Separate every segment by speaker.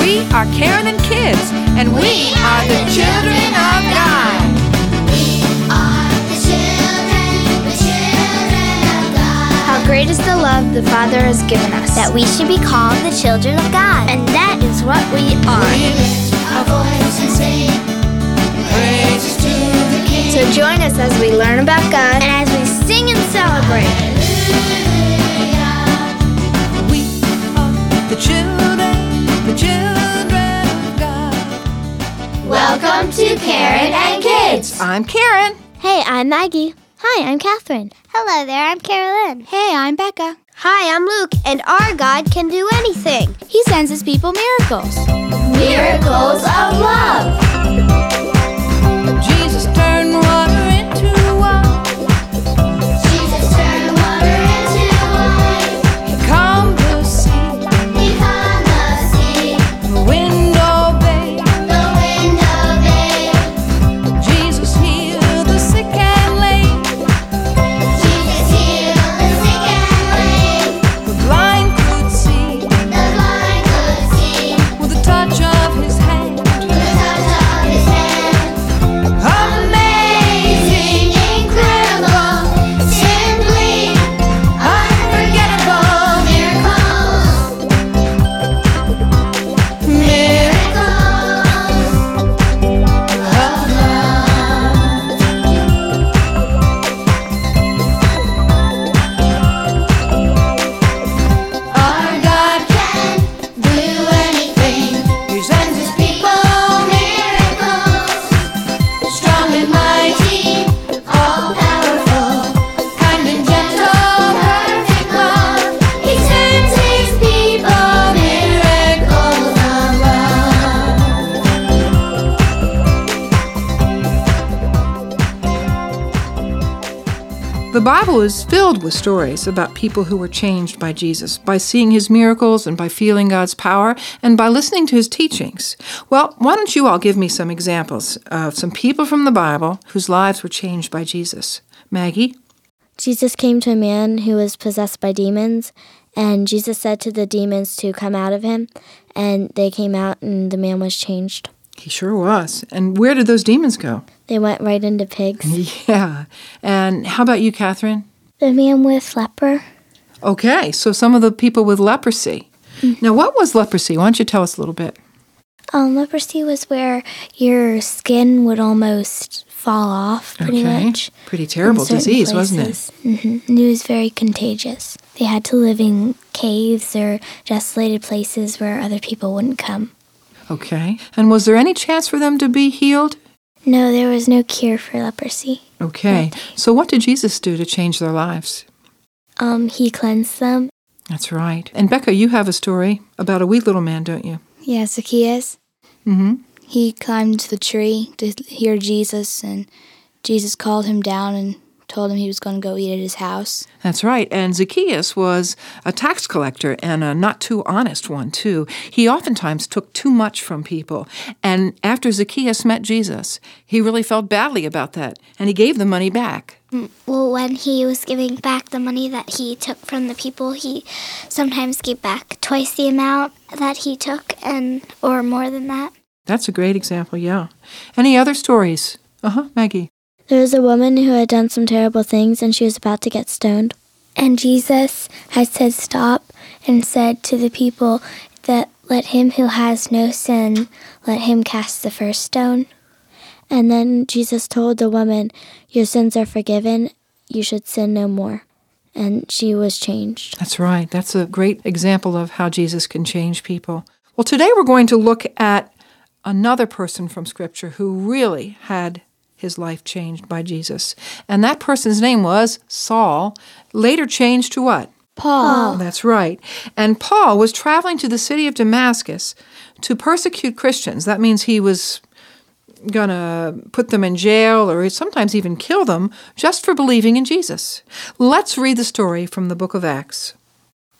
Speaker 1: We are Karen and Kids, and we, are the children of God.
Speaker 2: How great is the love the Father has given us that we should be called the children of God. And that is what we are. So join us as we learn about God and as we sing and celebrate.
Speaker 1: We are the children, the children of God.
Speaker 3: Welcome to Karen and Kids.
Speaker 1: I'm Karen.
Speaker 2: Hey, I'm Maggie. Hi, I'm Catherine. Hello there, I'm Carolyn. Hey, I'm Becca. Hi, I'm Luke, and our God can do anything. He sends his people miracles.
Speaker 3: Miracles of love.
Speaker 1: Jesus turned water into wine.
Speaker 3: Jesus turned water into wine.
Speaker 1: He calmed the sea.
Speaker 3: He calmed the sea.
Speaker 1: The wind obeyed.
Speaker 3: The wind obeyed.
Speaker 1: Jesus healed the sick and lame.
Speaker 3: Jesus healed the sick and lame.
Speaker 1: The blind could see
Speaker 3: The blind could see.
Speaker 1: with the touch of his hand.
Speaker 3: The touch of his hand.
Speaker 1: Amazing,
Speaker 3: Amazing, incredible, simply
Speaker 1: unforgettable.
Speaker 3: unforgettable miracles. Miracles.
Speaker 1: Our God
Speaker 3: can do anything.
Speaker 1: He sends his
Speaker 3: People, miracles,
Speaker 1: strong and mighty,
Speaker 3: mighty, all powerful,
Speaker 1: kind and gentle, perfect love.
Speaker 3: love. He sends his people miracles of love.
Speaker 4: The Bible is filled with stories about people who were changed by Jesus by seeing his miracles and by feeling God's power and by listening to his teachings. Well, why don't you all give me some examples of some people from the Bible whose lives were changed by Jesus? Maggie?
Speaker 5: Jesus came to a man who was possessed by demons, and Jesus said to the demons to come out of him, and they came out, and the man was changed.
Speaker 4: He sure was. And where did those demons go?
Speaker 5: They went right into pigs.
Speaker 4: Yeah. And how about you, Catherine?
Speaker 5: The man with leper,
Speaker 4: Okay, so some of the people with leprosy.
Speaker 5: Mm-hmm.
Speaker 4: Now, what was leprosy? Why don't you tell us a little bit?
Speaker 5: um, leprosy was where your skin would almost fall off, pretty
Speaker 4: okay.
Speaker 5: much.
Speaker 4: Pretty terrible disease, wasn't it?
Speaker 5: Mm-hmm. And it was very contagious. They had to live in caves or isolated places where other people wouldn't come.
Speaker 4: Okay. And was there any chance for them to be healed?
Speaker 5: No, there was no cure for leprosy.
Speaker 4: Okay. So, what did Jesus do to change their lives?
Speaker 5: Um, he cleansed them
Speaker 4: That's right. And Becca, you have a story about a wee little man, don't you?
Speaker 6: Yeah, Zacchaeus.
Speaker 4: Mm-hmm.
Speaker 6: He climbed the tree to hear Jesus, and Jesus called him down and told him he was going to go eat at his house.
Speaker 4: That's right. And Zacchaeus was a tax collector and a not too honest one, too. He oftentimes took too much from people. And after Zacchaeus met Jesus, he really felt badly about that and he gave the money back.
Speaker 2: Well, when he was giving back the money that he took from the people, he sometimes gave back twice the amount that he took and or more than that.
Speaker 4: That's a great example, yeah. Any other stories? Uh huh, Maggie.
Speaker 5: There was a woman who had done some terrible things and she was about to get stoned.
Speaker 2: And Jesus had said, Stop, and said to the people that let him who has no sin, let him cast the first stone.
Speaker 5: And then Jesus told the woman, Your sins are forgiven, you should sin no more. And she was changed.
Speaker 4: That's right. That's a great example of how Jesus can change people. Well, today we're going to look at another person from Scripture who really had his life changed by Jesus. And that person's name was Saul, later changed to what? Paul. That's right. And Paul was traveling to the city of Damascus to persecute Christians. That means he was gonna put them in jail or sometimes even kill them just for believing in Jesus. Let's read the story from the book of Acts.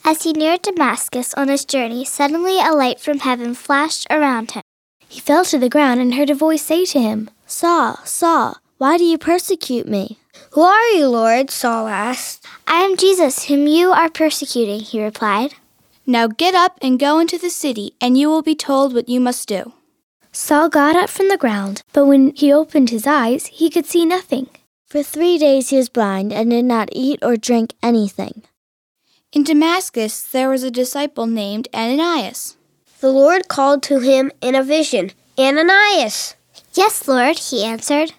Speaker 2: As he neared Damascus on his journey, suddenly a light from heaven flashed around him.
Speaker 5: He fell to the ground and heard a voice say to him, Saul, Saul, why do you persecute me?
Speaker 2: Who are you, Lord? Saul asked. I am Jesus, whom you are persecuting, he replied.
Speaker 6: Now get up and go into the city, and you will be told what you must do.
Speaker 7: Saul got up from the ground, but when he opened his eyes, he could see nothing.
Speaker 5: For three days he was blind and did not eat or drink anything.
Speaker 6: In Damascus there was a disciple named Ananias.
Speaker 8: The Lord called to him in a vision, Ananias.
Speaker 2: Yes, Lord, he answered.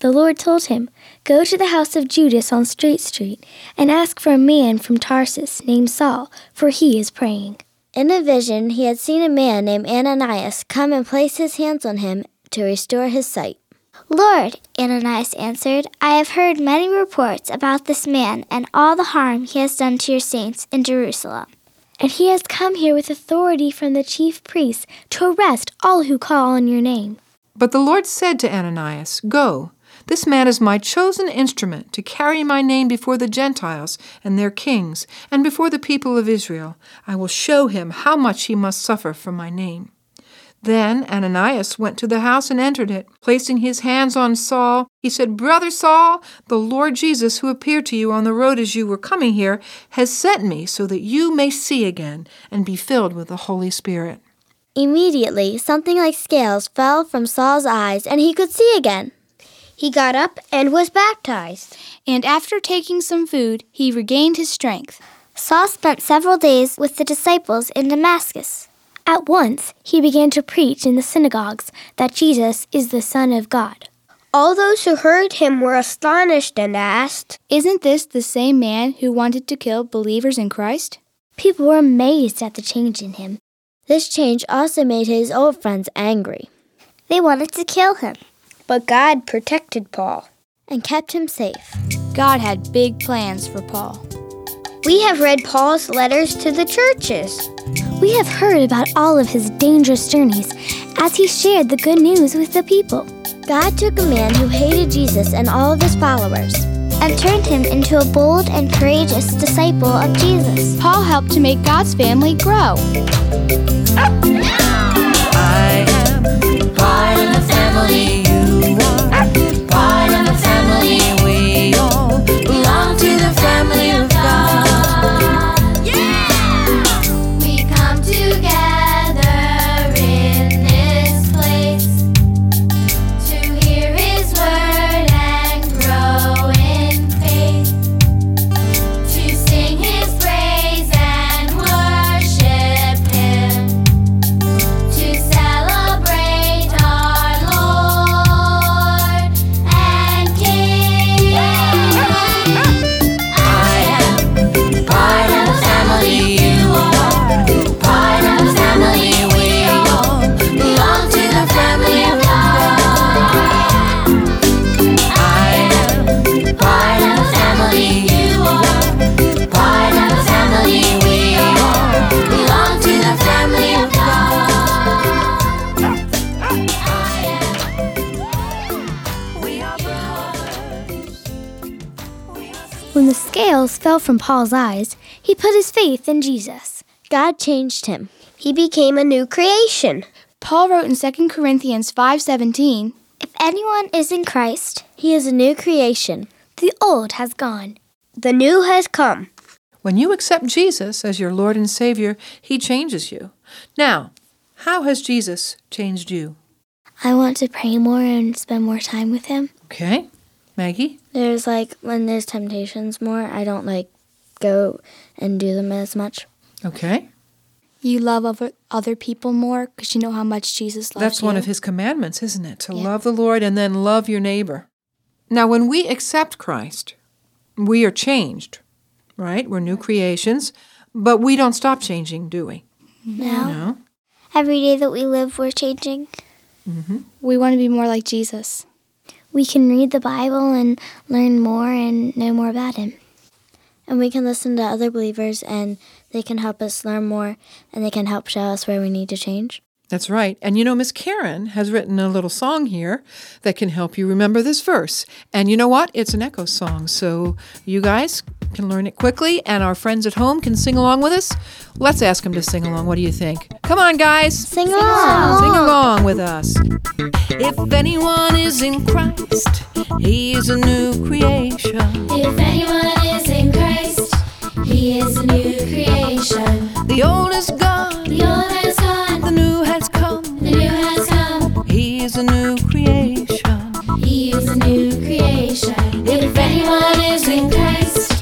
Speaker 7: The Lord told him, Go to the house of Judas on Straight Street and ask for a man from Tarsus named Saul, for he is praying.
Speaker 5: In a vision he had seen a man named Ananias come and place his hands on him to restore his sight.
Speaker 2: Lord, Ananias answered, I have heard many reports about this man and all the harm he has done to your saints in Jerusalem.
Speaker 7: And he has come here with authority from the chief priests to arrest all who call on your name.
Speaker 4: But the Lord said to Ananias, Go, this man is my chosen instrument to carry my name before the Gentiles and their kings, and before the people of Israel. I will show him how much he must suffer for my name. Then Ananias went to the house and entered it. Placing his hands on Saul, he said, Brother Saul, the Lord Jesus, who appeared to you on the road as you were coming here, has sent me so that you may see again and be filled with the Holy Spirit.
Speaker 5: Immediately something like scales fell from Saul's eyes and he could see again.
Speaker 8: He got up and was baptized.
Speaker 6: And after taking some food, he regained his strength.
Speaker 2: Saul spent several days with the disciples in Damascus.
Speaker 7: At once he began to preach in the synagogues that Jesus is the Son of God.
Speaker 8: All those who heard him were astonished and asked,
Speaker 6: Isn't this the same man who wanted to kill believers in Christ?
Speaker 7: People were amazed at the change in him.
Speaker 5: This change also made his old friends angry
Speaker 2: They wanted to kill him.
Speaker 8: But God protected Paul.
Speaker 5: and kept him safe.
Speaker 6: God had big plans for Paul.
Speaker 8: We have read Paul's letters to the churches.
Speaker 7: We have heard about all of his dangerous journeys as he shared the good news with the people.
Speaker 5: God took a man who hated Jesus and all of his followers.
Speaker 2: and turned him into a bold and courageous disciple of Jesus.
Speaker 6: Paul helped to make God's family grow.
Speaker 3: We come together in this place to hear His word and grow in faith, to sing His praise and worship Him, to celebrate our Lord and King. I am Part of the family you are. Part of the family we all belong to the family of God. I am part of the family you are. Part of the family we all belong to the family of God. I am. We are brothers. We are
Speaker 7: When the scales fell from Paul's eyes, he put his faith in Jesus.
Speaker 5: God changed him.
Speaker 8: He became a new creation.
Speaker 6: Paul wrote in 2 Corinthians 5:17,
Speaker 2: If anyone is in Christ,
Speaker 5: He is a new creation.
Speaker 7: The old has gone.
Speaker 8: The new has come.
Speaker 4: When you accept Jesus as your Lord and Savior, He changes you. Now, how has Jesus changed you?
Speaker 7: I want to pray more and spend more time with him.
Speaker 4: Okay, Maggie?
Speaker 5: There's like when there's temptations more, I don't like go and do them as much.
Speaker 4: Okay.
Speaker 6: "You love other, other people more because you know how much Jesus loves
Speaker 4: That's one
Speaker 6: you."
Speaker 4: of His commandments, isn't it? To
Speaker 6: Yeah.
Speaker 4: love the Lord and then love your neighbor. Now, when we accept Christ, we are changed, right? We're new creations, but we don't stop changing, do we?
Speaker 2: now,
Speaker 4: No.
Speaker 2: every day that we live, we're changing.
Speaker 4: Mm-hmm.
Speaker 6: We want to be more like Jesus.
Speaker 7: We can read the Bible and learn more and know more about him.
Speaker 5: And we can listen to other believers and they can help us learn more and they can help show us where we need to change.
Speaker 4: That's right. And you know, Miss Karen has written a little song here that can help you remember this verse. And you know what? It's an echo song. So you guys can learn it quickly, and our friends at home can sing along with us. Let's ask them to sing along. What do you think? Come on, guys. Sing along. Sing along with us. If anyone is in Christ, he is a new creation.
Speaker 3: If anyone is in Christ, He is a new creation.
Speaker 4: The old is gone,
Speaker 3: The old has gone,
Speaker 4: the new has come.
Speaker 3: the new has come.
Speaker 4: He is a new creation.
Speaker 3: He is a new creation. If anyone is in Christ,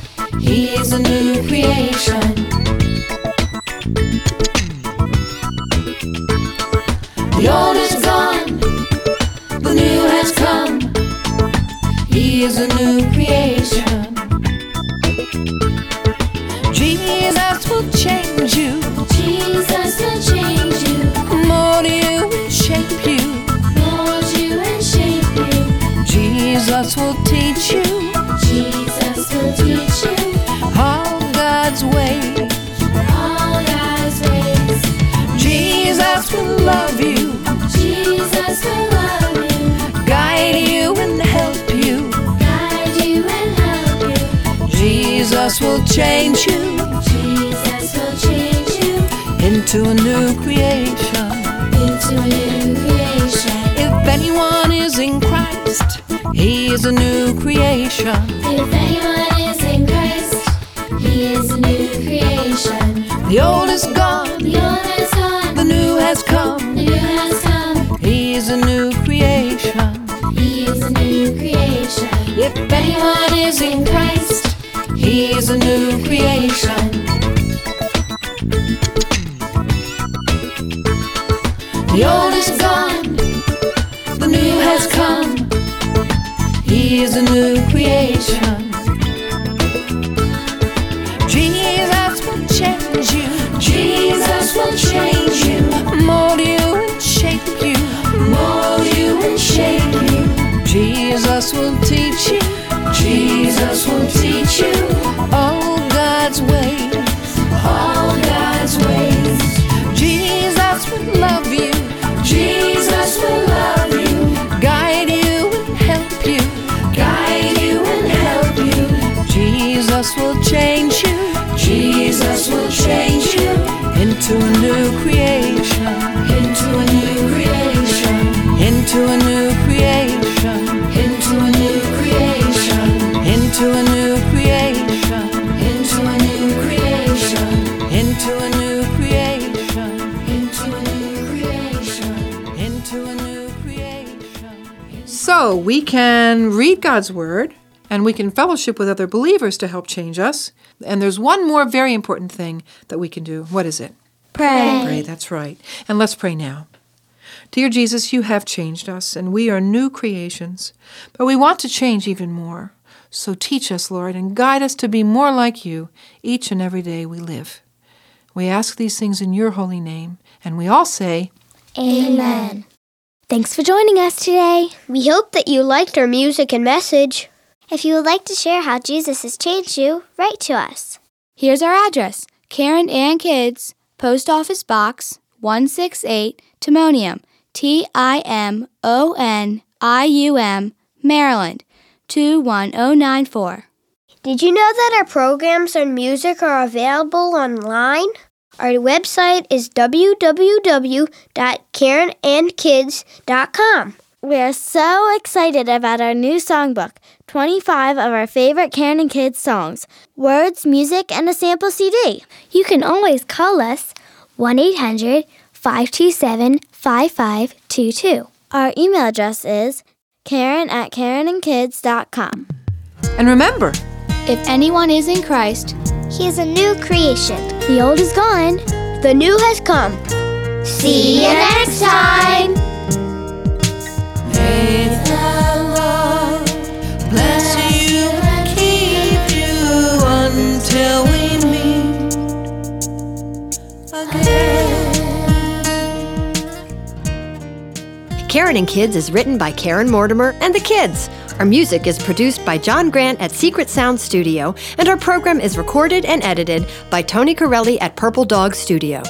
Speaker 3: he is a new creation. The old is gone, the new has come. He is a new creation.
Speaker 4: Jesus will change you,
Speaker 3: Jesus will change you,
Speaker 4: mold you, and shape you.
Speaker 3: mold you and shape you.
Speaker 4: Jesus will teach you
Speaker 3: Jesus will teach you
Speaker 4: all God's ways.
Speaker 3: all God's ways.
Speaker 4: Jesus will love you,
Speaker 3: Jesus will love you,
Speaker 4: guide you, and help you.
Speaker 3: guide you and help you.
Speaker 4: Jesus will change you
Speaker 3: Jesus will change you
Speaker 4: into a new creation.
Speaker 3: into a new creation.
Speaker 4: If anyone is in Christ, he is a new creation.
Speaker 3: If anyone is in Christ, he is a new creation.
Speaker 4: The old is gone,
Speaker 3: The old has gone,
Speaker 4: the new has come.
Speaker 3: the new has come.
Speaker 4: He is a new creation.
Speaker 3: He is a new creation.
Speaker 4: If anyone is in Christ, he is a new creation. The old is gone, the new has come. He is a new creation. Jesus will change you. Jesus will change you. Mold you and shape you. Mold you and shape you. Jesus will teach you. Jesus will teach you all God's ways. All God's ways. Jesus will love you. Jesus will love you. Guide you and help you. Guide you and help you. Jesus will change you. Jesus will change you into a new creation. Into a new creation. Into a new creation. Into a new creation. Into a new creation. Into a new creation. Into a new creation. Into a new creation. Into a new creation.
Speaker 9: So we can read God's Word and we can fellowship with other believers to help change us. And there's one more very important thing that we can do. What is it? Pray. Pray, that's right. And let's pray now. Dear Jesus, you have changed us and we are new creations, but we want to change even more. So teach us, Lord, and guide us to be more like you each and every day we live. We ask these things in your holy name, and we all say,
Speaker 10: Amen. Thanks for joining us today.
Speaker 11: We hope that you liked our music and message.
Speaker 10: If you would like to share how Jesus has changed you, write to us.
Speaker 5: Here's our address Karen and Kids, Post Office Box 168, Timonium, T I M O N I U M, Maryland 21094.
Speaker 11: Did you know that our programs and music are available online? Our website is www.karenandkids.com.
Speaker 12: We're so excited about our new songbook 25 of our favorite Karen and Kids songs, words, music, and a sample CD.
Speaker 10: You can always call us 1 800 527 5522.
Speaker 12: Our email address is karen at karenandkids.com.
Speaker 9: And remember,
Speaker 5: If anyone is in Christ,
Speaker 10: He is a new creation.
Speaker 12: The old is gone.
Speaker 11: The new has come.
Speaker 3: See you next time.
Speaker 4: May the Lord bless you and keep you until we meet again.
Speaker 13: Karen and Kids is written by Karen Mortimer and the kids. Our music is produced by John Grant at Secret Sound Studio, and our program is recorded and edited by Tony Corelli at Purple Dog Studio.